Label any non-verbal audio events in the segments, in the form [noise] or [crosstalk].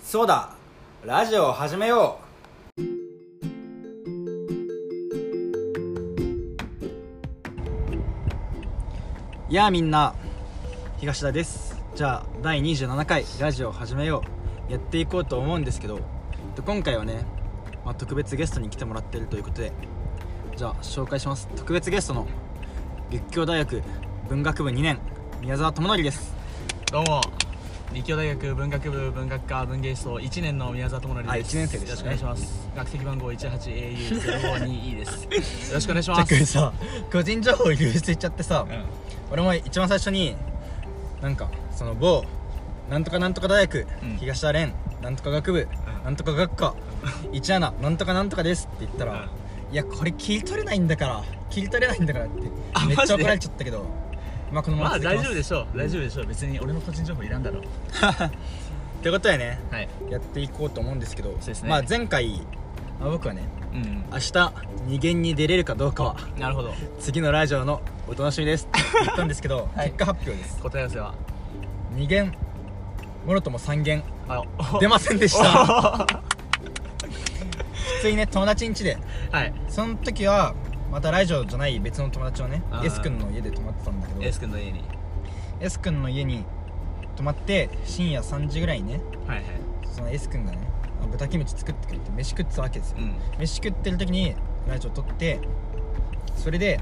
そうだラジオを始めようやあみんな東田ですじゃあ第27回ラジオを始めようやっていこうと思うんですけどで今回はね、まあ、特別ゲストに来てもらってるということでじゃあ紹介します特別ゲストの立教大学文学部2年宮沢智則ですどうも立教大学文学部文学科文芸層1年の宮沢智則あです一年生でしたねよろしくお願いします学籍番号 18AU052E [laughs] ですよろしくお願いしじゃまあこれすさ個人情報流出しちゃってさ、うん俺も一番最初になんかその某なんとかなんとか大学、うん東田蓮なんとか学部、んなんとか学 [laughs] 科、一穴なんとかなんとかですって言ったら、いやこれ切り取れないんだから切り取れないんだからってあめっちマゃジ怒でられちゃったけどまあこのまままあ続け大ます丈夫でしょう大丈夫でしょう別に俺の個人情報いらんだろうということでねはいやっていこうと思うんですけどうですねまあ、前回、まあ、僕はねうん明日二限に出れるかどうかはなるほど次のラジオのお楽しみですって言ったんですけど、 [laughs] はい結果発表です答え合わせは2弦もろとも3弦あ [laughs] 出まませんでした [laughs] は普通にね友達ん家でいその時はまたラジオじゃない別の友達をねあー S 君の家で泊まってたんだけど S 君の家に S 君の家に泊まって深夜3時ぐらいにねはいはいその S 君がねあ豚キムチ作ってくれて飯食ってたわけですようん飯食ってる時にラジオ撮ってそれで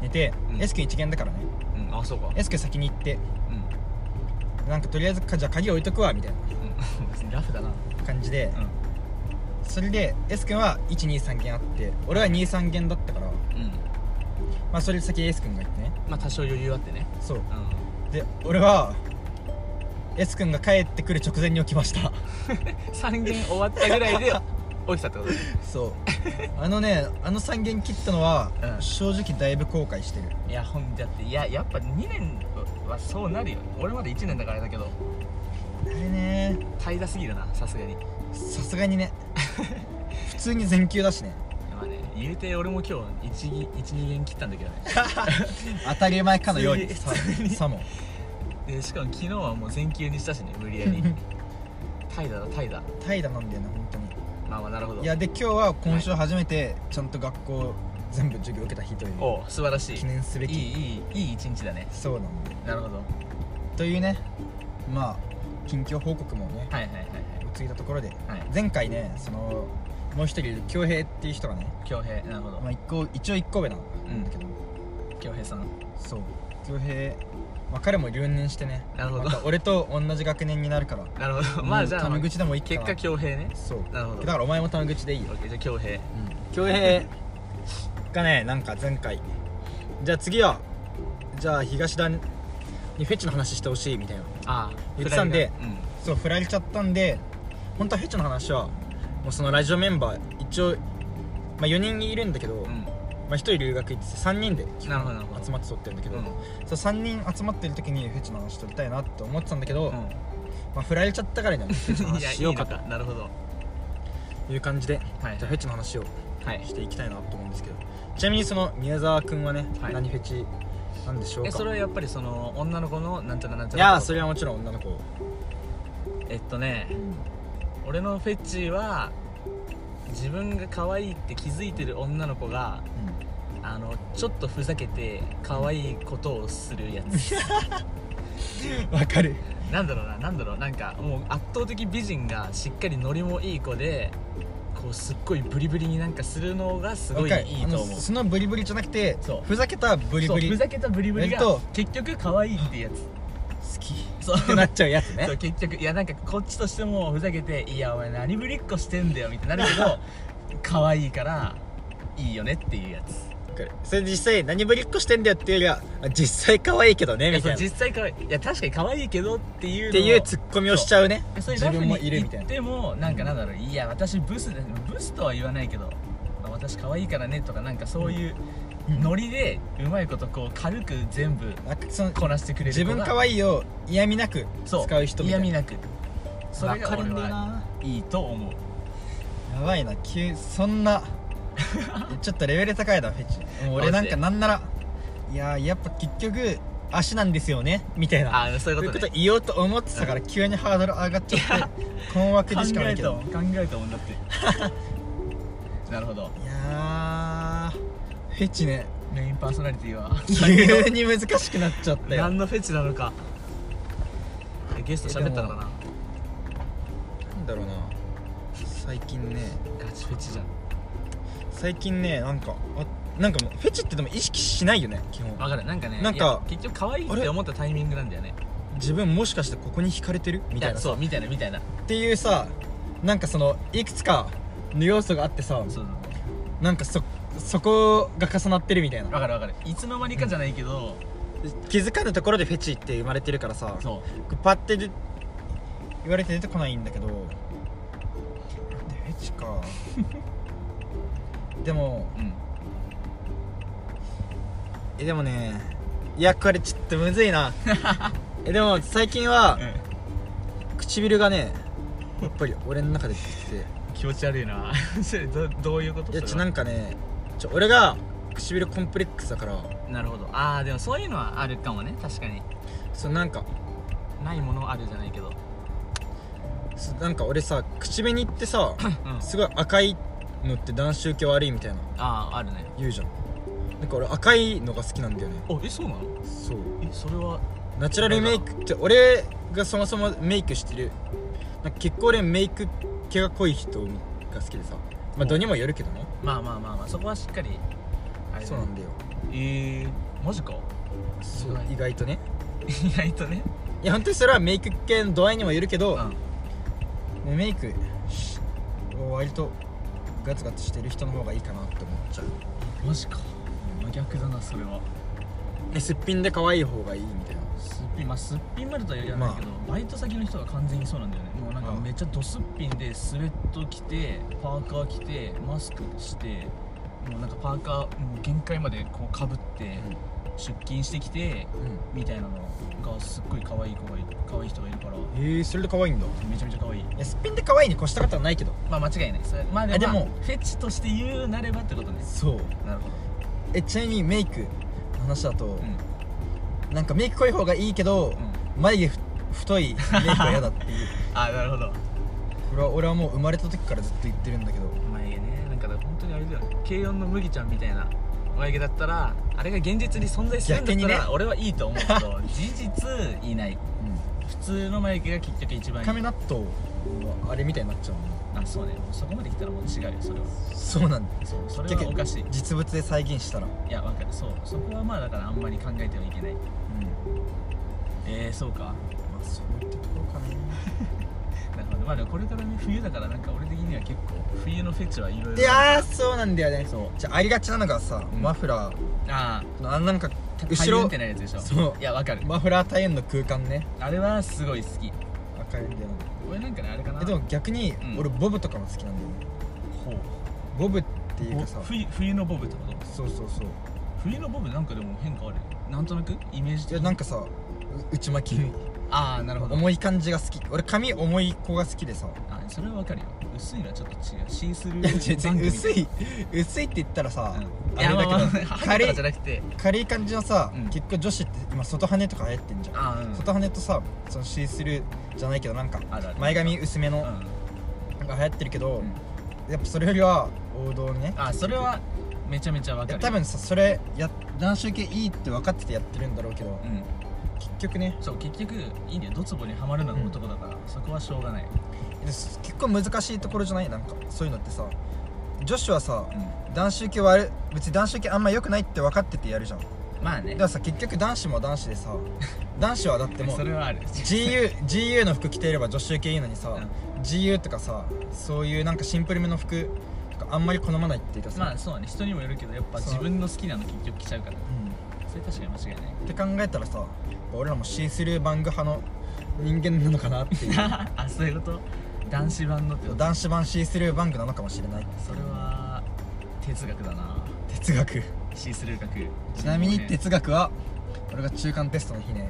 寝て、うん S 君1限だからねうんあそうか S 君先に行ってうんなんかとりあえずかじゃあ鍵置いとくわみたいうん別にラフだなな感じで、うそれで S 君は123件あって俺は23件だったからまんうんあそれ先 S 君が言ってねまあ多少余裕あってねそううんで俺は S 君が帰ってくる直前に起きました3限終わったぐらいで起きたってこと [laughs] そう [laughs] あのねあの3件切ったのは、うん正直だいぶ後悔してるいやほんだっていややっぱ2年はそうなるよ俺まで1年だからあれだけどあれね怠惰すぎるなさすがにさすが [laughs] にね普通に全休だしねまあね言うて俺も今日12限切ったんだけどね当たり前かのように普さ通に普通にさもでしかも昨日はもう全休にしたしね無理 [laughs] やり怠惰だ怠惰 [laughs] 怠惰なんだよな本当にまあまあなるほどいやで今日は今週初めてちゃんと学校全部授業受けた日というおう素晴らしい記念すべいきいいいいい一日だねそうなんだなるほどはというねまあ近況報告もねいはいはいついたところではいはい前回ねそのもう一人いる恭平っていう人がね、恭平なるほどまあ、一個一応一個上なんだけど、恭平さんそう恭平、まあ、彼も留年してねなるほどまた俺と同じ学年になるからなるほ [laughs] どまあじゃタあメ口でもいいか結ら果恭平ねそうなるほどだからお前もタメ口でいいよ OK じゃあ恭平恭平がねなんか前回じゃあ次はじゃあ東田にフェチの話してほしいみたいなああ言ってたんでうんそう振られちゃったんで本当はフェチの話はもうそのラジオメンバー一応、まあ、4人いるんだけど、まうあ、1人留学行ってて3人でなるほどなるほど集まって撮ってるんだけど、うんそう3人集まってる時にフェチの話撮りたいなって思ってたんだけど、うんまあ、振られちゃったからにはフェチの [laughs] いや話しようかいいのなるほどという感じで、はいじゃあフェチの話をはいしていきたいなと思うんですけどちなみにその宮沢君はね、はい何フェチなんでしょうえかそれはやっぱりその女の子のなんちゃらなんちゃいらやそれはもちろん女の子、えっとね俺のフェチは自分が可愛いって気づいてる女の子があのちょっとふざけて可愛いことをするや [laughs] つわかるなんだろうななんだろうなんかもう圧倒的美人がしっかりノリもいい子でこうすっごいブリブリになんかするのがすごいわかるいいと思あうのそのブリブリじゃなくてそうふざけたブリブそうリふ好ざけたブリブリがえっと結局可愛いってやつきそうってなっちゃうやつそねう結局いやなんかこっちとしてもふざけて「いやお前何ぶりっこしてんだよ」みたいになる [laughs] けど可愛いからいいよねっていうやつわかるそれで実際何ぶりっこしてんだよっていうよりはあ実際可愛いけどねいやみたそいうなっ実際可愛いいや確かに可愛いけどっていうのていうツッコミをしちゃうねそれ自ラフ分もにいるみたい言っなてもなんかなんだろういや私ブスでブスとは言わないけど、まあ私可愛いからねとかなんかそういうノリでうまいことこう軽く全部なんかそのこなしてくれる自子が分可愛いを嫌味なく使そうう人みた嫌い味ななくそれがわか俺るんだよはないいと思うやばいな急そん [laughs] なちょっとレベル高いなフェチもう俺なんかなんならいやーやっぱ結局足なんですよねみたいなあそういそういううここととね言おうと思ってたから急にハードル上がっちゃって困惑でしかないけど考えたもんだって [laughs] なるほどいやーフェチねメインパーソナリティは急に難しくなっちゃったよ何のフェチなのかえゲスト喋ったのかなんだろうな最近ねなガチフェチじゃん最近ねなんかあなんかもうフェチってでも意識しないよね基本わかるなんかねなんかいや結局可愛いって思ったタイミングなんだよね自分もしかしてここに惹かれてるみたいいなやさそうみたいなみたいなっていうさなんかそのいくつかの要素があってさそうなんかそそこが重なってるみたいわなかるわかるいつの間にかじゃないけど、気づかぬところでフェチって生まれてるからさそパッてで言われて出てこないんだけどなんでフェチか [laughs] でもううんえでもねいやこれちょっとむずいなえでも最近は唇がねやっぱり俺の中で出てきて気持ち悪いな [laughs] それどどういうこといやちょそれなはんかねちょ俺が唇コンプレックスだからなるほどああでもそういうのはあるかもね確かにそうなんかないものあるじゃないけど、そうなんか俺さ口紅ってさうん、あすごい赤いのって男子受け悪いみたいなあーあるね言うじゃんなんか俺赤いのが好きなんだよねあえそうなのそうえそれはナチュラルメイクって俺がそもそもメイクしてるなんか結構俺メイク毛が濃い人が好きでさまあどにもよるけどねまあまあまあまあそこはしっかりあれだそねうなんだよえー、マジかそう意外とね意外とねいや本当にそれはメイク系の度合いにもよるけうど、んメイクを割とガツガツしてる人の方がいいかなって思っちゃうマジか真逆だなそれはえすっぴんで可愛い方がいいみたいなすっぴんまあすっぴんまでとは言わないけど、バイト先の人が完全にそうなんだよねもうなんかああめっちゃドすっぴんでスウェット着てパーカー着てマスクしてもうなんかパーカーもう限界までこうかぶってうん出勤してきてみたいなのがすっごい可愛い子がいる可愛い人がいるからうんえー、それで可愛いんだめちゃめちゃ可愛いいやすっぴんで可愛いに越したことはないけどまあ間違いないそれまあでえでも,、もフェチとして言うなればってことねそうなるほどえちなみにメイクの話だと、うんなんかメイク濃い方がいいけど、眉毛ふ太いメイクは嫌だって [laughs] いうあなるほどこれは俺はもう生まれた時からずっと言ってるんだけど眉毛ねなんかだから本当にあれだよね軽音の麦ちゃんみたいな眉毛だったらあれが現実に存在するんだった逆にねら、俺はいいと思うけど事実いない普通の眉毛が結局一番いい亀納豆はあれみたいになっちゃうもんあそうねもうそこまで来たらもう違うよそれはそうなんだそうそれはおかしい実物で再現したらいやわかるそうそこはまあだからあんまり考えてはいけないえー、そうかまあそういったところかね [laughs] なるほどまあでもこれからね冬だからなんか俺的には結構冬のフェチはいろいろいやーそうなんだよねそうじゃあありがちなのがさ、うんマフラーあのあんなんかあ後ろってないやつでしょそういやわかるマフラー大円の空間ねあれはすごい好き赤いんだよね俺なんかねあれかなえでも逆にうん俺ボブとかも好きなんだよね、ほボうブっていうかさお冬冬のボブってことそうそうそう冬のボブなんかでも変化あるなんとなくイメージい的やになんかさう内巻きああなるほど重い感じが好き俺髪重い子が好きでさあそれはわかるよ薄いのはちょっと違うシースルいや全ー然薄いい薄いって言ったらさ、うん、いあやれだまけどあまあまあ軽軽いいじゃなくて軽い感じのさ、うん結構女子って今外羽とか流行ってんじゃんああうん外羽とさそのシースルーじゃないけどなんかあるある前髪薄めうのんなんか流行ってるけど、うんやっぱそれよりは王道ねあそれはめちゃめちゃわいかやる多分さそれや男子受けいいって分かっててやってるんだろうけど、うん結局ねそう結局いいねドツボにはまるのが男だから、そこはしょうがない、で結構難しいところじゃないなんかそういうのってさ女子はさうん、男子受け悪い別に男子受けあんま良くないって分かっててやるじゃんだかまあねらさ結局男子も男子でさ [laughs] 男子はだってもうそ [laughs] れはある GU, GU の服着ていれば女子受けいいのにさ、GU とかさそういうなんかシンプルめの服とかあんまり好まないっていうかさ、まあそうね人にもよるけどやっぱそう自分の好きなの結局着ちゃうからうんそれ確かに間違いないって考えたらさ俺らもシースルーバング派の人間なのかなっていう [laughs] あそういうこと男子版のってこと男子版シースルーバングなのかもしれないそれは哲学だな哲学シースルー学ちなみに哲哲学は俺が中間テストの日ね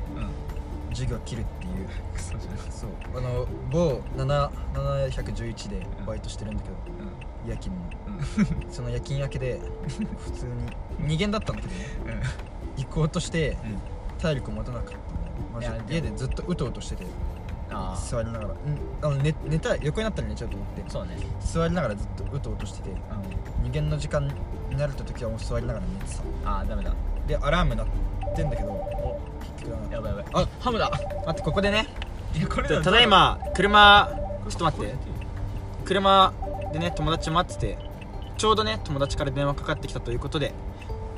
うん授業切るっていうクソじゃないそうあの某7 711でバイトしてるんだけど夜勤のその夜 [laughs] 勤明けで普通に2限だったんだけどねうんうん行こうとして体力持たなかったマジいやでもで家でずっとうとうとしてて [laughs] ああ座りながらうんあの寝寝たい横になったら寝ちゃうと思ってそうね座りながらずっとうとうとしてて無限の時間になると時はもう座りながら寝てたああダメだでアラーム鳴ってんだけどお結局なかったやばいやばいあハムだ待ってここでねいやこれただいま車ちょっと待って車でね友達待っててちょうどね友達から電話かかってきたということで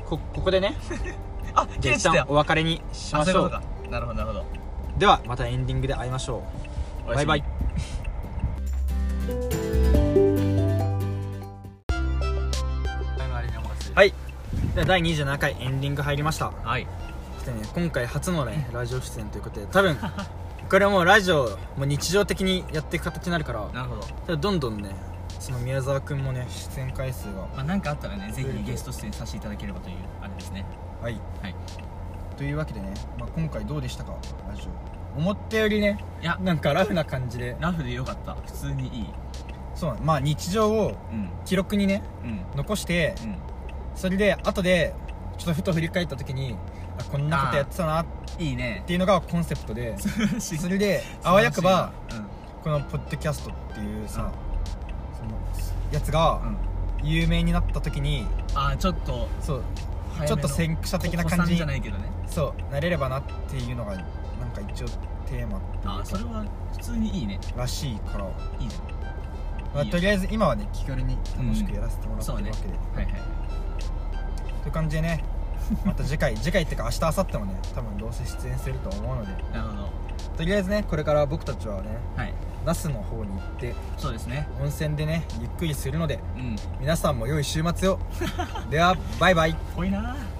こここで [laughs] ねあじ切ゃあれ一てた旦よお別れにしあまそうしいうょこうとかなるほどなるほどではまたエンディングで会いましょうおやバすイみバイ前のあれにお任せはいでは第27回エンディング入りましたはいでね今回初のねラジオ出演ということで多 [laughs] 分これはもうラジオもう日常的にやっていく形になるからなるほどただどんどんねその宮沢君もね出演回数がまあなんかあったらねぜひゲスト出演させていただければというあれですねはい、はいというわけでね、まあ、今回どうでしたかラジオ思ったよりねいやなんかラフな感じでラフでよかった普通にいいそうなんまあ日常をうん記録にねうん残してうんそれで後でちょっとふと振り返った時にあこんなことやってたなっいいね [laughs] ていうのがコンセプトでそそれであわやくばうんこのポッドキャストっていうさ、そのやつがうん有名になった時にあーちょっとそう早めのちょっと先駆者的な感お子さじんにじゃないけどねそうなれればなっていうのがなんか一応テーマあーそれは普通にいいねらしいから、いいじまあ、いいよとりあえず今はね気軽に楽しくやらせてもらってるわけうんそうねで、ゃんはいはいという感じでね [laughs] また次回次回っていうか明日明後日もね多分どうせ出演すると思うのでなるほどとりあえずねこれから僕たちはねはい那須の方に行ってそうですね温泉でねゆっくりするのでうん皆さんも良い週末を [laughs] ではバイバイぽいなー